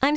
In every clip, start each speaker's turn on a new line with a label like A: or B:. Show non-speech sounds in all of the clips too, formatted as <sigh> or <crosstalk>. A: I'm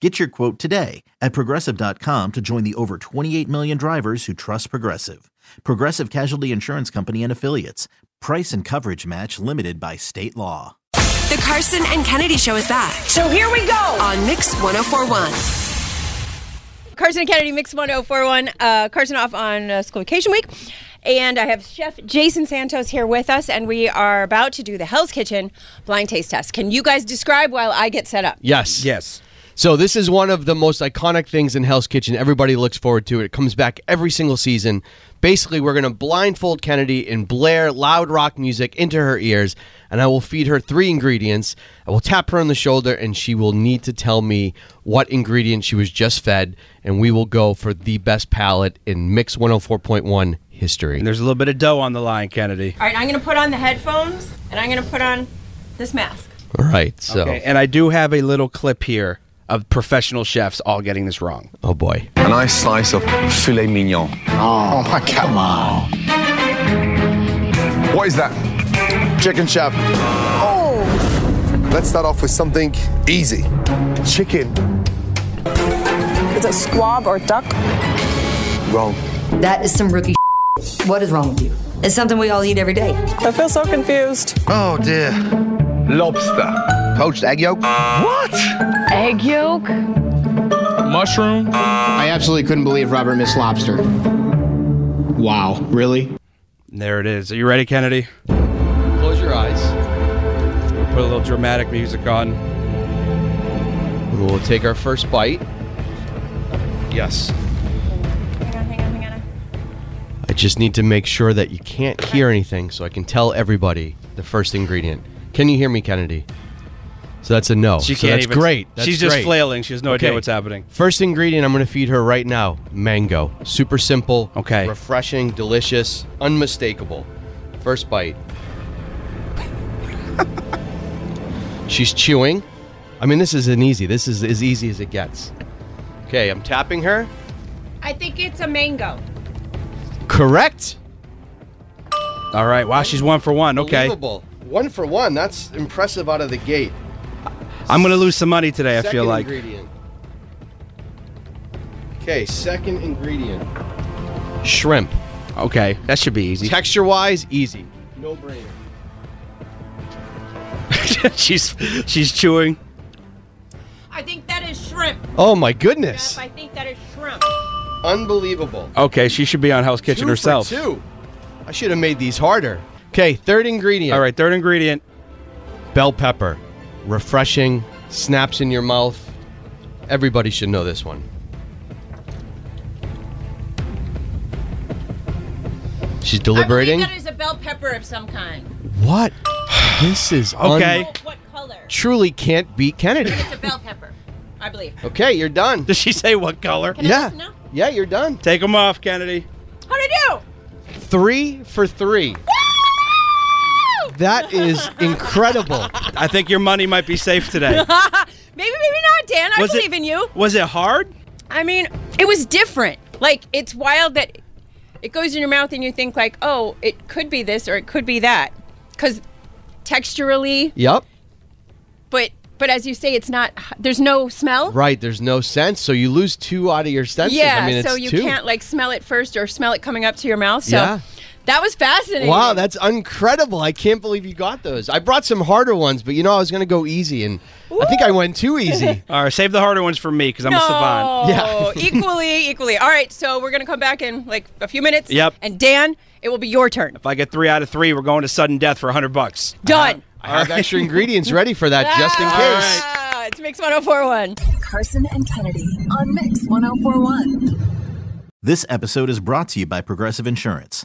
B: Get your quote today at progressive.com to join the over 28 million drivers who trust Progressive. Progressive Casualty Insurance Company and Affiliates. Price and coverage match limited by state law.
C: The Carson and Kennedy Show is back. So here we go on Mix 1041.
D: Carson and Kennedy, Mix 1041. Uh, Carson off on uh, school vacation week. And I have Chef Jason Santos here with us, and we are about to do the Hell's Kitchen blind taste test. Can you guys describe while I get set up?
E: Yes.
F: Yes.
E: So this is one of the most iconic things in Hell's Kitchen. Everybody looks forward to it. It comes back every single season. Basically, we're going to blindfold Kennedy and blare loud rock music into her ears, and I will feed her three ingredients. I will tap her on the shoulder, and she will need to tell me what ingredient she was just fed, and we will go for the best palate in Mix 104.1 history.
F: And there's a little bit of dough on the line, Kennedy.
D: All right, I'm going to put on the headphones, and I'm going to put on this mask.
E: All right. So,
F: Okay. And I do have a little clip here of professional chefs all getting this wrong.
E: oh boy.
G: a nice slice of filet mignon. Oh, my come on. What is that? Chicken chop. Oh! Let's start off with something easy. Chicken.
H: Is it squab or duck?
G: Wrong.
I: That is some rookie. What is wrong with you? It's something we all eat every day.
H: I feel so confused.
G: Oh dear. Lobster. Poached egg yolk. What?
I: Egg yolk?
J: Mushroom? I absolutely couldn't believe Robert Miss Lobster. Wow, really?
F: There it is. Are you ready, Kennedy?
E: Close your eyes.
F: Put a little dramatic music on.
E: We will take our first bite.
F: Yes.
D: Hang on, hang on, hang on.
E: I just need to make sure that you can't hear anything so I can tell everybody the first ingredient. Can you hear me, Kennedy? So that's a no.
F: She
E: So
F: can't
E: that's
F: even.
E: great. That's
F: She's just
E: great.
F: flailing. She has no idea
E: Okay.
F: what's happening.
E: First ingredient I'm going to feed her right now mango. Super simple.
F: Okay.
E: Refreshing, delicious, unmistakable. First bite.
F: <laughs>
E: She's chewing. I mean, this is an easy. This is as easy as it gets. Okay, I'm tapping her.
D: I think it's a mango.
E: Correct.
F: All right. Wow, she's one for one. Okay.
E: Unbelievable. One for one. That's impressive out of the gate.
F: I'm going to lose some money today, I feel
E: Second
F: like.
E: Ingredient. Okay, second ingredient. Shrimp.
F: Okay. That should be easy.
E: Texture wise, easy. No brainer.
F: <laughs> she's she's chewing.
D: I think that is shrimp.
E: Oh my goodness.
D: Jeff, I think that is shrimp.
E: Unbelievable.
F: Okay, she should be on House Kitchen
E: Two for
F: herself.
E: two. I should have made these harder. Okay, third ingredient.
F: All right, third ingredient. <laughs>
E: Bell pepper. Refreshing, snaps in your mouth. Everybody should know this one. She's deliberating.
D: I believe that is a bell pepper of some kind.
E: What? <sighs> This is
F: Okay.
E: un-
D: Oh, what color?
E: truly can't beat Kennedy.
D: It's a bell pepper, I believe.
E: Okay, you're done.
F: Does she say what color?
D: Can I
E: yeah.
D: listen now?
E: Yeah, you're done.
F: Take them off, Kennedy.
D: How'd I do?
E: Three for three. That is incredible.
F: I think your money might be
D: <laughs>
F: safe today.
D: Maybe, maybe not, Dan. I believe in you.
F: Was it hard?
D: I mean, it was different. Like, it's wild that it goes in your mouth and you think, like, oh, it could be this or it could be that. Because texturally,
E: Yep.
D: but but as you say, it's not, there's no smell.
E: Right. There's no sense, so you lose two out of your senses.
D: Yeah,
E: I mean, it's
D: so you
E: two.
D: can't, like, smell it first or smell it coming up to your mouth. So
E: Yeah.
D: That was fascinating.
E: Wow, that's incredible. I can't believe you got those. I brought some harder ones, but you know I was going to go easy, and I think I went
D: <laughs>
E: too easy.
K: All right, save the harder ones for me because I'm
D: no,
K: a
E: <laughs>
K: savant.
D: Oh, equally, equally. All right, so we're gonna come back in like a few minutes.
K: Yep.
D: And Dan, it will be your turn.
K: If I get three out of three, we're going to sudden death for 100 bucks. Uh-huh.
D: Done.
E: I have extra ingredients ready for that just in case.
D: Ah, It's Mix 1041.
L: Carson and Kennedy on Mix 1041.
B: This episode is brought to you by Progressive Insurance.